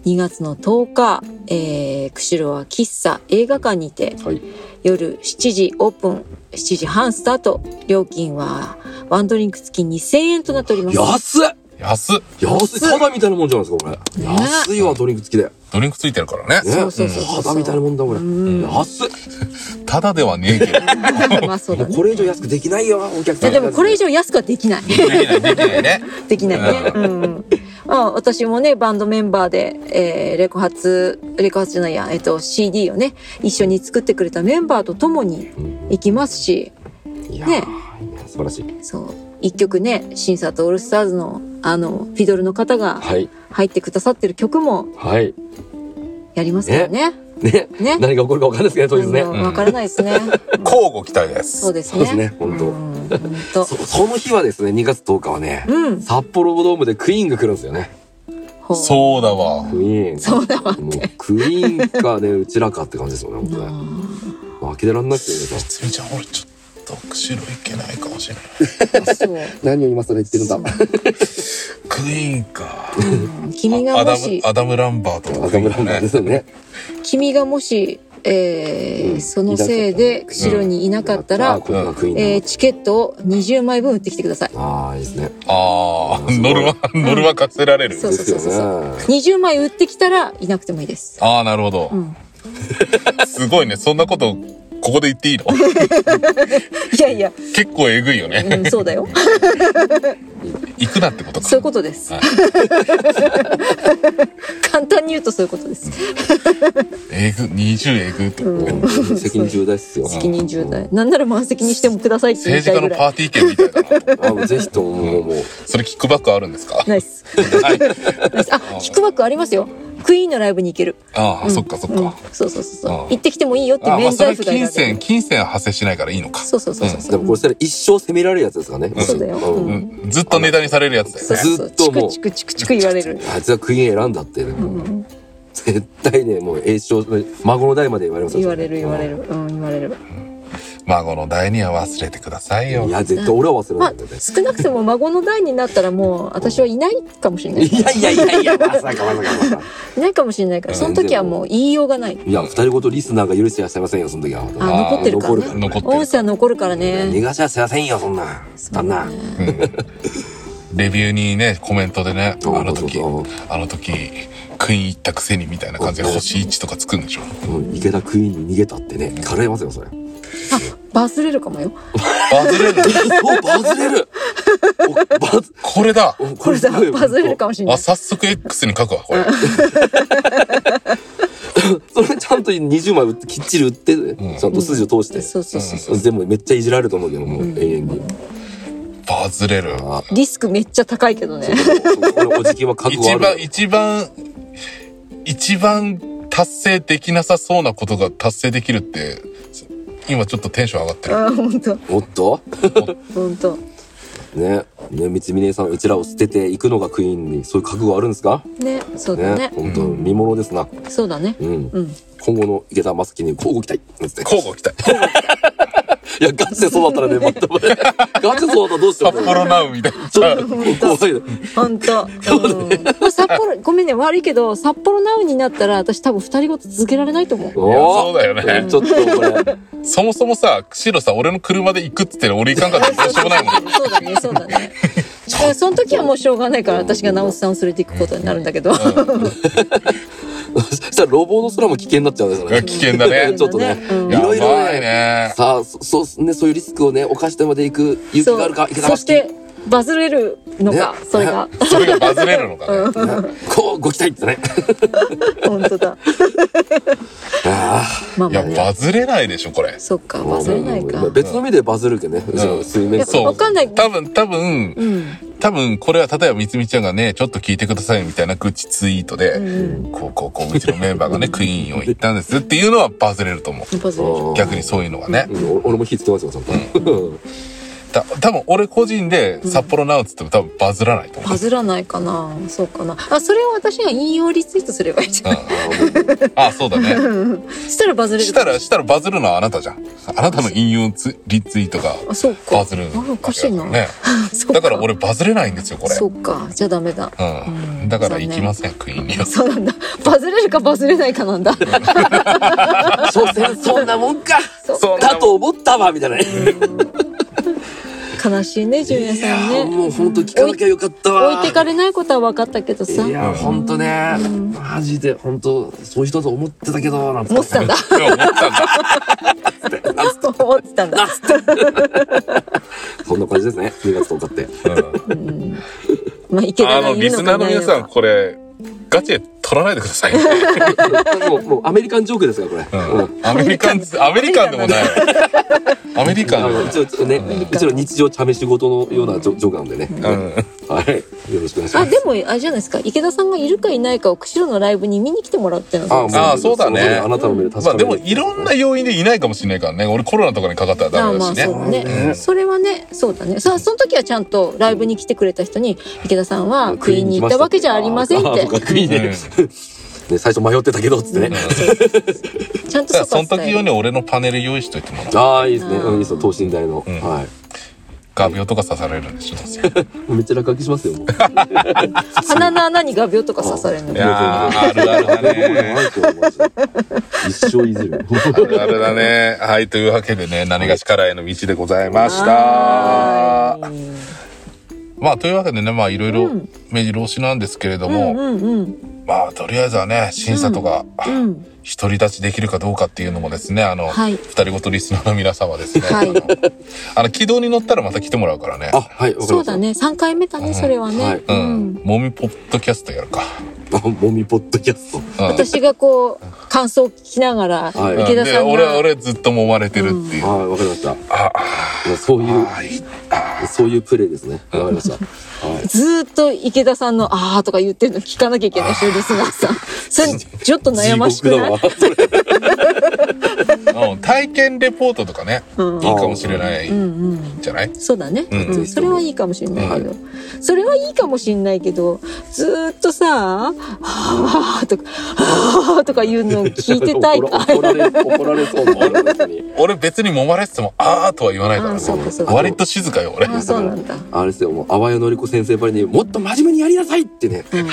S2: 月の10日、えー、釧路は喫茶映画館にて、
S3: はい。
S2: 夜7時オープン、7時半スタート。料金はワンドリンク付き2000円となっております。
S3: 安っ
S1: え安っ
S3: 安い、ただみたいなもんじゃないですか、これ。
S2: ね
S3: 安いわ、ドリンク付きで。
S1: ドリンクついてるからね。
S3: ね、
S2: そうそうそうそうん
S3: ただみたいなもんだ、これ。安い。
S1: ただではねえけど。で
S2: まあそう
S3: も
S2: だ
S3: う
S2: ね
S3: これ以上安くできないよ、お客
S2: い
S3: さ
S2: や
S3: ん。
S2: でもこれ以上安くはできない。
S1: きない、できない ね。
S2: できないね。うん。あ私もね、バンドメンバーで、えーレコ発、レコ発じゃないや、えっと、CD をね、一緒に作ってくれたメンバーと共に
S3: うん
S2: 行きますし、
S3: いや
S2: ね
S3: ー、素晴らしい。
S2: そう、一曲ね、新里オールスターズの、あの、フィドルの方が
S3: はい。
S2: 入ってくださってる曲も
S3: はい。
S2: やりますからね。
S3: ね。
S2: ね。
S3: 何が起こるか分かんないですけどね、当日
S2: あ
S3: ね。
S2: のわからないで すね。うん
S1: 交互期待で
S2: そう
S1: す。
S2: です
S3: そうですね
S2: ね。
S3: 本当
S2: うん本当
S3: そその日はですね、2月10日はね、
S2: うん。
S3: 札幌ドームでクイーンが来るんですよね。
S2: ほう
S1: そうだわ。
S3: クイーン。
S2: そうだわ。
S3: もうクイーンかね、うちらかって感じですよね、本当ね。
S2: うん
S3: 負けてらんなくてね。
S1: つみちゃん、俺ちょっと釧路行けないかもしれない。
S2: そう。
S3: 何を今更言ってるんだ。
S1: クイーンか。
S2: うん君が
S1: ア
S2: も
S1: ダ
S2: し
S1: ム、アダムランバートとク
S3: 赤
S1: イーン
S3: 村
S1: だ
S3: なんで
S1: ね。
S3: すよね。
S2: 君がもし、えー
S3: うん
S2: そのせいで釧路にいなかったら、
S3: あこれがクイーンだな
S2: えーチケットを20枚分売ってきてください
S3: ああ、いいですね。
S1: ああ、ノルマ、ノルマ課せられる。
S2: そうそうそうそう
S3: ですよね
S2: 20枚売ってきたらいなくてもいいです
S1: ああ、なるほど
S2: う。ん、
S1: すごいね。そんなこと、ここで言っていいの
S2: いやいや、
S1: 結構えぐいよ
S2: う
S1: ね。
S2: ん、そうだよ
S1: 行くなってことか。
S2: そういうことです
S1: はい
S2: 簡単に言うとそういうことです
S1: えぐ、20えぐって。
S2: うん
S3: うん責任重大ですよ。
S2: 責任重大なんなら満席にしてもくださいって言い
S1: 政
S2: た
S1: 治
S2: い
S1: 家
S2: ぐ
S1: の
S2: ら
S1: パ
S2: い
S1: ーティー券みたいだな。
S3: あもうぜひとも、もう、もう、
S1: それキックバックあるんですか
S2: ナイス
S1: はい。
S2: ナイスあキックバックありますよクイーンのライブに行ける
S1: ああ、そっかそっ
S2: うん
S1: か。
S2: そうそうそうそう
S1: あ
S2: 行ってきてもいいよって
S1: ああ、ま
S2: 免
S1: あそれは
S2: 罪符が
S1: 金
S2: 選べ
S1: 銭、
S2: る
S1: 金銭発生しないからいいのか。
S2: そうそうそうそう
S3: で
S2: そう
S3: もこれしたら一生責められるやつですからね。
S2: そうだようん
S3: ん
S1: うんずっとネタにされるやつだよ
S2: そう
S1: ね。
S2: そう
S3: ずっともう
S2: チクチクチクチク言われる
S3: あいつはクイーン選んだって、
S2: ん
S3: 絶対ね、もう永生、孫の代まで言われますよ
S2: 言われる言われ。
S3: うん
S2: るうん言われる
S1: 孫の代には忘れてくださいよ
S3: い。や、絶対俺は忘れ
S2: ま
S3: な
S2: あ
S3: いんだよね。
S2: 少なくとも孫の代になったらもう私はいないかもしれない
S3: いやいやいやいや、まさかまさかまさか。
S2: いないかもしれないからその時はもう言いようがない
S3: いや、二人ごとリスナーが許してやっしゃいませんよ、その時は。
S2: あ残ってるからね
S3: 残
S1: 残って
S2: 音
S1: る。
S2: 声は残るから
S3: 逃
S2: ね
S3: がしはしませんよ、そんな。旦那。
S1: うんレビューにね、コメントでね、あ
S3: うん
S1: の時
S3: そう、
S1: あの時、クイーン行ったくせにみたいな感じで星1とかつくんでしょ。
S3: うん池田クイーンに逃げたってね。かれますよ、それ。
S2: あバズれるかもよ
S1: バズれる
S3: そう、バズれるおバズ、
S1: これだ
S3: お
S2: これだ
S3: すごいよ
S2: バズれるかもしれな
S1: あ、
S2: い
S1: 早速 X に書くわ、これ。
S3: それちゃんと20枚売ってきっちり売って、ちゃんと筋を通して。
S2: そうそうそうそう
S3: 全部めっちゃいじられると思うけど、もう永遠に。
S1: バズれる。
S3: あ
S2: リスクめっちゃ高いけどね
S3: これおじきは覚悟
S1: 一
S3: あ
S1: 番、
S3: る。
S1: 一番、一番達成できなさそうなことが達成できるって、今ちょっとテンション上がってる。
S2: あ本当
S3: おっと
S2: 本当
S3: ね。ね、三峰さん、うちらを捨てていくのがクイーンに、そういう覚悟あるんですか
S2: ねそうだ
S3: ね
S2: ね。
S3: 本当見物ですな。
S2: そうだね
S3: うん。
S2: うん
S3: 今後の池田正樹にこうご期待。なんつって
S1: 交互期待。
S3: いや、ガチでそ うだったらね、また、ガチでそうだったらどうして
S1: 札
S3: もね。
S1: 幌ナウみたい
S3: ちょ
S1: な
S3: っ。と怖いね。
S2: 本当うんまあ札幌ごめんね悪いけど札幌ナウになったら私多分二人ごと続けられないと思う
S1: いや
S3: お
S1: そうだよね。
S3: ちょっとこれ、
S1: そもそもさ、釧路さ、俺の車で行くっつって俺行かんかったらどうしようもないもん。
S2: そうだね、そうだね。だからその時はもうしょうがないから私が直すさんを連れて行くことになるんだけど。
S3: そしたら、ロボの空も危険になっちゃうんですよね。
S1: 危険だね。
S3: ちょっとね
S2: うん
S3: いろいろね
S1: やばいね。
S3: さあ、そそうね、そういうリスクをね、犯してまで行く勇気があるか、池田
S2: そ
S3: 正
S2: し
S3: 樹。
S2: てバズれるのか、
S3: ね
S2: それが。
S1: それがバズれるのかね。
S3: こう、ご期待ってね。
S2: 本当だ。
S3: あ
S2: まあ
S1: い
S2: ま
S1: や、
S2: あね。
S1: バズれないでしょ、これ。
S2: そっか、
S3: あ
S2: バズれない
S3: まあ
S2: か。
S3: 別の目でバズるけどね。うちの水面
S2: いやわかんない
S1: 多分、多分、
S2: うん。
S1: 多分、これは、例えば、みつみちゃんがね、ちょっと聞いてくださいみたいな愚痴ツイートで、こう、こう、こう、うちのメンバ ーがね、クイーンを行ったんですっていうのはバズれると思う。
S2: バズれる。
S1: 逆にそういうのがね
S3: う。ん俺俺も火つけますよ、ちゃんと。
S1: た多分俺個人で札幌ナウつっても多分バズらないと思う。
S2: バズらないかな。そうかな。あ、それを私が引用リツイートすればいいじゃん。
S1: ああ、そうだね。
S2: そしたらバズれ
S1: し
S2: る
S1: た
S2: か。
S1: ら、したらバズるのはあなたじゃん。あなたの引用ツリツイートが
S2: あ、そうか。
S1: バズる
S2: あ、おかしいな。
S1: ね。
S2: そう
S1: だから俺バズれないんですよ、これ。
S2: そうか。じゃあダメだ。
S1: うん。だから行きません、クイーンには。
S2: そうなんだ。バズれるかバズれないかなんだ。
S3: 所詮そんなもんか
S2: そう
S1: そんなもん
S3: だと思ったわみたいなね。
S2: 悲しいね純也さん
S3: い
S2: ね
S3: やもう本当聞かなきゃよかったわ。
S2: 置いてかれないことは分かったけどさ
S3: いや、ほんとね
S2: うん、
S3: マジで、ほんと、そういう人と思ってたけど、なんつ
S2: 思ってたんだ
S1: いや思ったんだ。
S2: 思ってたんだ、
S3: そんな感じですね、2月10日って。
S1: うん
S2: うん、まあ池田
S1: あ
S2: が
S1: の、
S2: いる
S1: リ
S2: の
S1: スナー
S2: か
S1: の
S2: ない
S1: 皆
S2: の
S1: さん、
S2: か
S1: これ、ガチで取らないでくださいね。
S3: もう、もうアメリカンジョークですから、こ
S1: う
S3: れ。うん
S1: んアメリカ ン、アメリカンでもない。アメリカン
S3: あ
S1: でも
S3: の、
S1: ない
S3: 一。応ね、うちの日常茶飯事のようなジョジョークなんでね。
S1: うん
S3: はい。よろしくお願いし
S2: あ
S3: ます。
S2: でもあれじゃないですか池田さんがいるかいないかを釧路のライブに見に来てもらうってのは
S3: も
S1: あそうだね
S3: あなたの目で確
S1: ま
S3: か
S1: あでもいろんな要因でいないかもしれないからね。俺コロナとかにかかったら
S2: あ
S1: ダ
S2: あ
S1: メだ
S2: ま
S1: し
S2: あそ
S1: ね。
S2: うね、
S1: うん
S2: それはねそうだねさあその時はちゃんとライブに来てくれた人に池田さんはクイーンに行ったわけじゃありませんっ
S3: あ
S2: て
S3: 僕はクイーンね。 ね、最初迷ってたけど、つってね。
S2: ちゃんと
S1: だから
S2: そ
S1: そ の
S2: こは伝
S1: 時
S2: え
S1: 用
S2: る
S1: に俺のパネル用意しといてもらう。
S3: ああ、いいですね。
S2: あー
S3: うん、いいですよ。等身大の。
S1: うん
S3: はい。
S1: 画鋲とか刺されるんでしょ。どうせい
S3: もうめっちゃ落書きしますよ。もう
S2: 鼻の穴に画鋲とか刺されるの
S1: やー、あるあるだね。
S3: 一生いじる。
S1: あるあるだね。はい、というわけでね、何がしからへの道でございました
S2: は。ーい
S1: まあ、というわけでね、まあ、いろいろ
S2: うん
S1: 目白押しなんですけれど
S2: う
S1: も、
S2: んうんうん
S1: まあ、とりあえずはね、審査とか、
S2: うん
S1: 独り立ちできるかどうかっていうのもですね、あの、
S2: はい
S1: 二人ごとリスナーの皆様ですね。
S2: はい
S1: あのあの、軌道に乗ったらまた来てもらうからね。
S3: あ、はい、わかりました。
S2: そうだ。ね3回目だ
S1: う
S2: ね
S1: ん
S2: それはね、
S3: はい
S1: うん。もみポッドキャストやるか。
S3: あ、もみポッドキャスト。
S1: うん
S2: 私がこう感想を聞きながら
S3: はい
S1: うん
S2: 池田
S1: で、
S2: さん
S1: 俺は、
S2: が
S1: 俺はずっと揉まれてるっていう。
S3: はい、わかりました。
S1: あ、
S3: そういう、
S1: あ、いい
S3: そういうプレイですね。わかりました。はい。
S2: ずーっと池田さんの「あー」とか言ってるの聞かなきゃいけないしリ スナーさんそれちょっと 悩ましくない、
S3: 地獄だわ。
S1: うん体験レポートとかね、
S2: うん
S1: いいかもしれない
S2: うん
S1: ん
S2: うん
S1: じゃない
S2: そうだね、
S1: うん
S2: うんそれはいいかもしれないけど、それはいいかもしれないけどずーっとさ「はー」とか「はー」とか言うの聞いてたいか
S3: 怒られ、怒られそ うなる別に。
S1: 俺別に揉まれてても、あーとは言わないから
S2: あ
S1: ね。
S2: そうかそうか
S1: 割と静かよ、俺。
S2: あそうなんだ
S3: あれですよ、もう、淡谷のり子先生ばりに、もっと真面目にやりなさいって ね。
S2: うん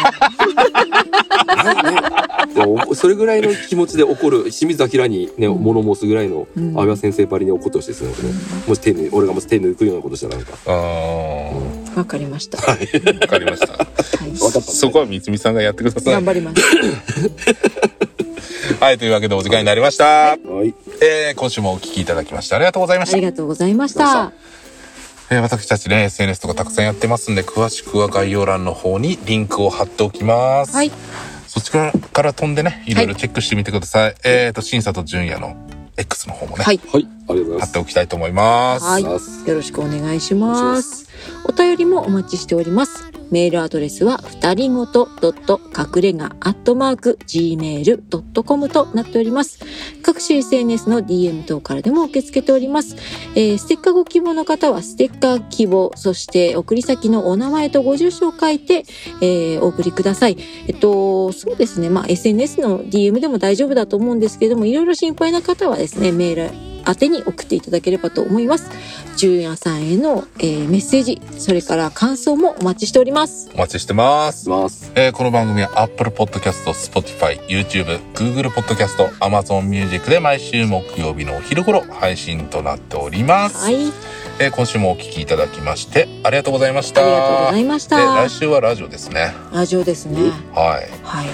S3: でもそれぐらいの気持ちで怒る、清水明にね、物申すぐらいの、
S2: うん
S3: 淡谷先生ばりに怒ってほしいですね、俺ね。もし手に、俺がもし手抜くようなことしたらなんか。
S1: あー
S2: わかりました、
S1: わかりました。
S2: はい
S3: わかった。
S1: そこは三つみさんがやってくださ
S2: 頑
S1: い。
S2: 張ります
S1: はい、というわけでお時間になりました。
S3: はい。
S1: えー今週もお聞きいただきましてありがとうございまし
S2: あ
S1: た
S2: り。がとうございました
S1: えー私たちね、SNS とかたくさんやってますんで、詳しくは概要欄の方にリンクを貼っておきます。
S2: はい。
S1: そちらから飛んでね、いろいろチェックしてみてください。えっ、と、審査と純也の X の方もね、
S2: はい
S3: はい、ありがとうござい
S1: 貼
S3: ま
S1: っ
S3: す。
S1: ておきたいと思います。
S2: はい。
S3: お願
S2: よ
S3: いします
S2: ろしくお願いし
S3: お願
S2: ま。
S3: いします
S2: お便りもお待ちしております。メールアドレスは、ふたりごとドット隠れがアットマーク gmail.com となっております。各種 SNS の DM 等からでも受け付けております。えーステッカーご希望の方は、ステッカー希望、そして送り先のお名前とご住所を書いて、えーお送りください。えっと、そうですね。まあ、SNS の DM でも大丈夫だと思うんですけれども、いろいろ心配な方はですね、メール宛てに送っていただければと思います。純也さんへの、えーメッセージ、それから感想もお待ちしております。
S1: お待ちしてます。
S3: ます。
S1: えーこの番組は Apple Podcast、Spotify、YouTube、Google Podcast、Amazon Music で毎週木曜日のお昼頃配信となっております。
S2: はい、あり
S1: えー今週もお聞きいただきましてありがとうございました。
S2: がとうございまし
S1: で
S2: た
S1: 来。週はラジオですね。
S2: ラジオですね。
S1: はい。
S2: はい。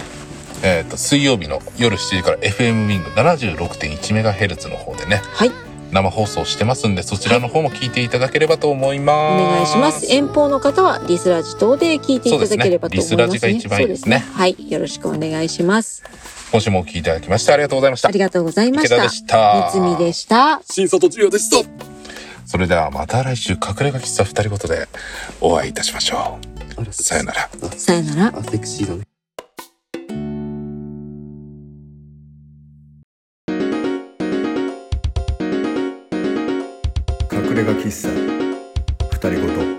S1: えっ、と、水曜日の夜7時から FM ウィング76.1メガヘルツの方でね、
S2: はい、
S1: 生放送してますんで、そちらの方も聞いていただければと思い
S2: お
S1: ます。
S2: 願いします。遠方の方はリスラジ等で聞いていただければと思
S1: そうですね
S2: いますね。
S1: リスラジが一番いいですね
S2: そうはい、よろしくお願いします。
S1: 今週もお聞きいただきましてありがとうございました
S2: あり。がとうございまし
S1: 池田
S2: た。
S1: でした
S2: 三つみでした。
S3: 審査途中でした。
S1: それではまた来週、隠れ家喫茶二人ごとでお会いいたしましょう。さよなら。
S2: さよなら。
S3: あ、セクシーだね。
S4: 隠れ家喫茶二人ごと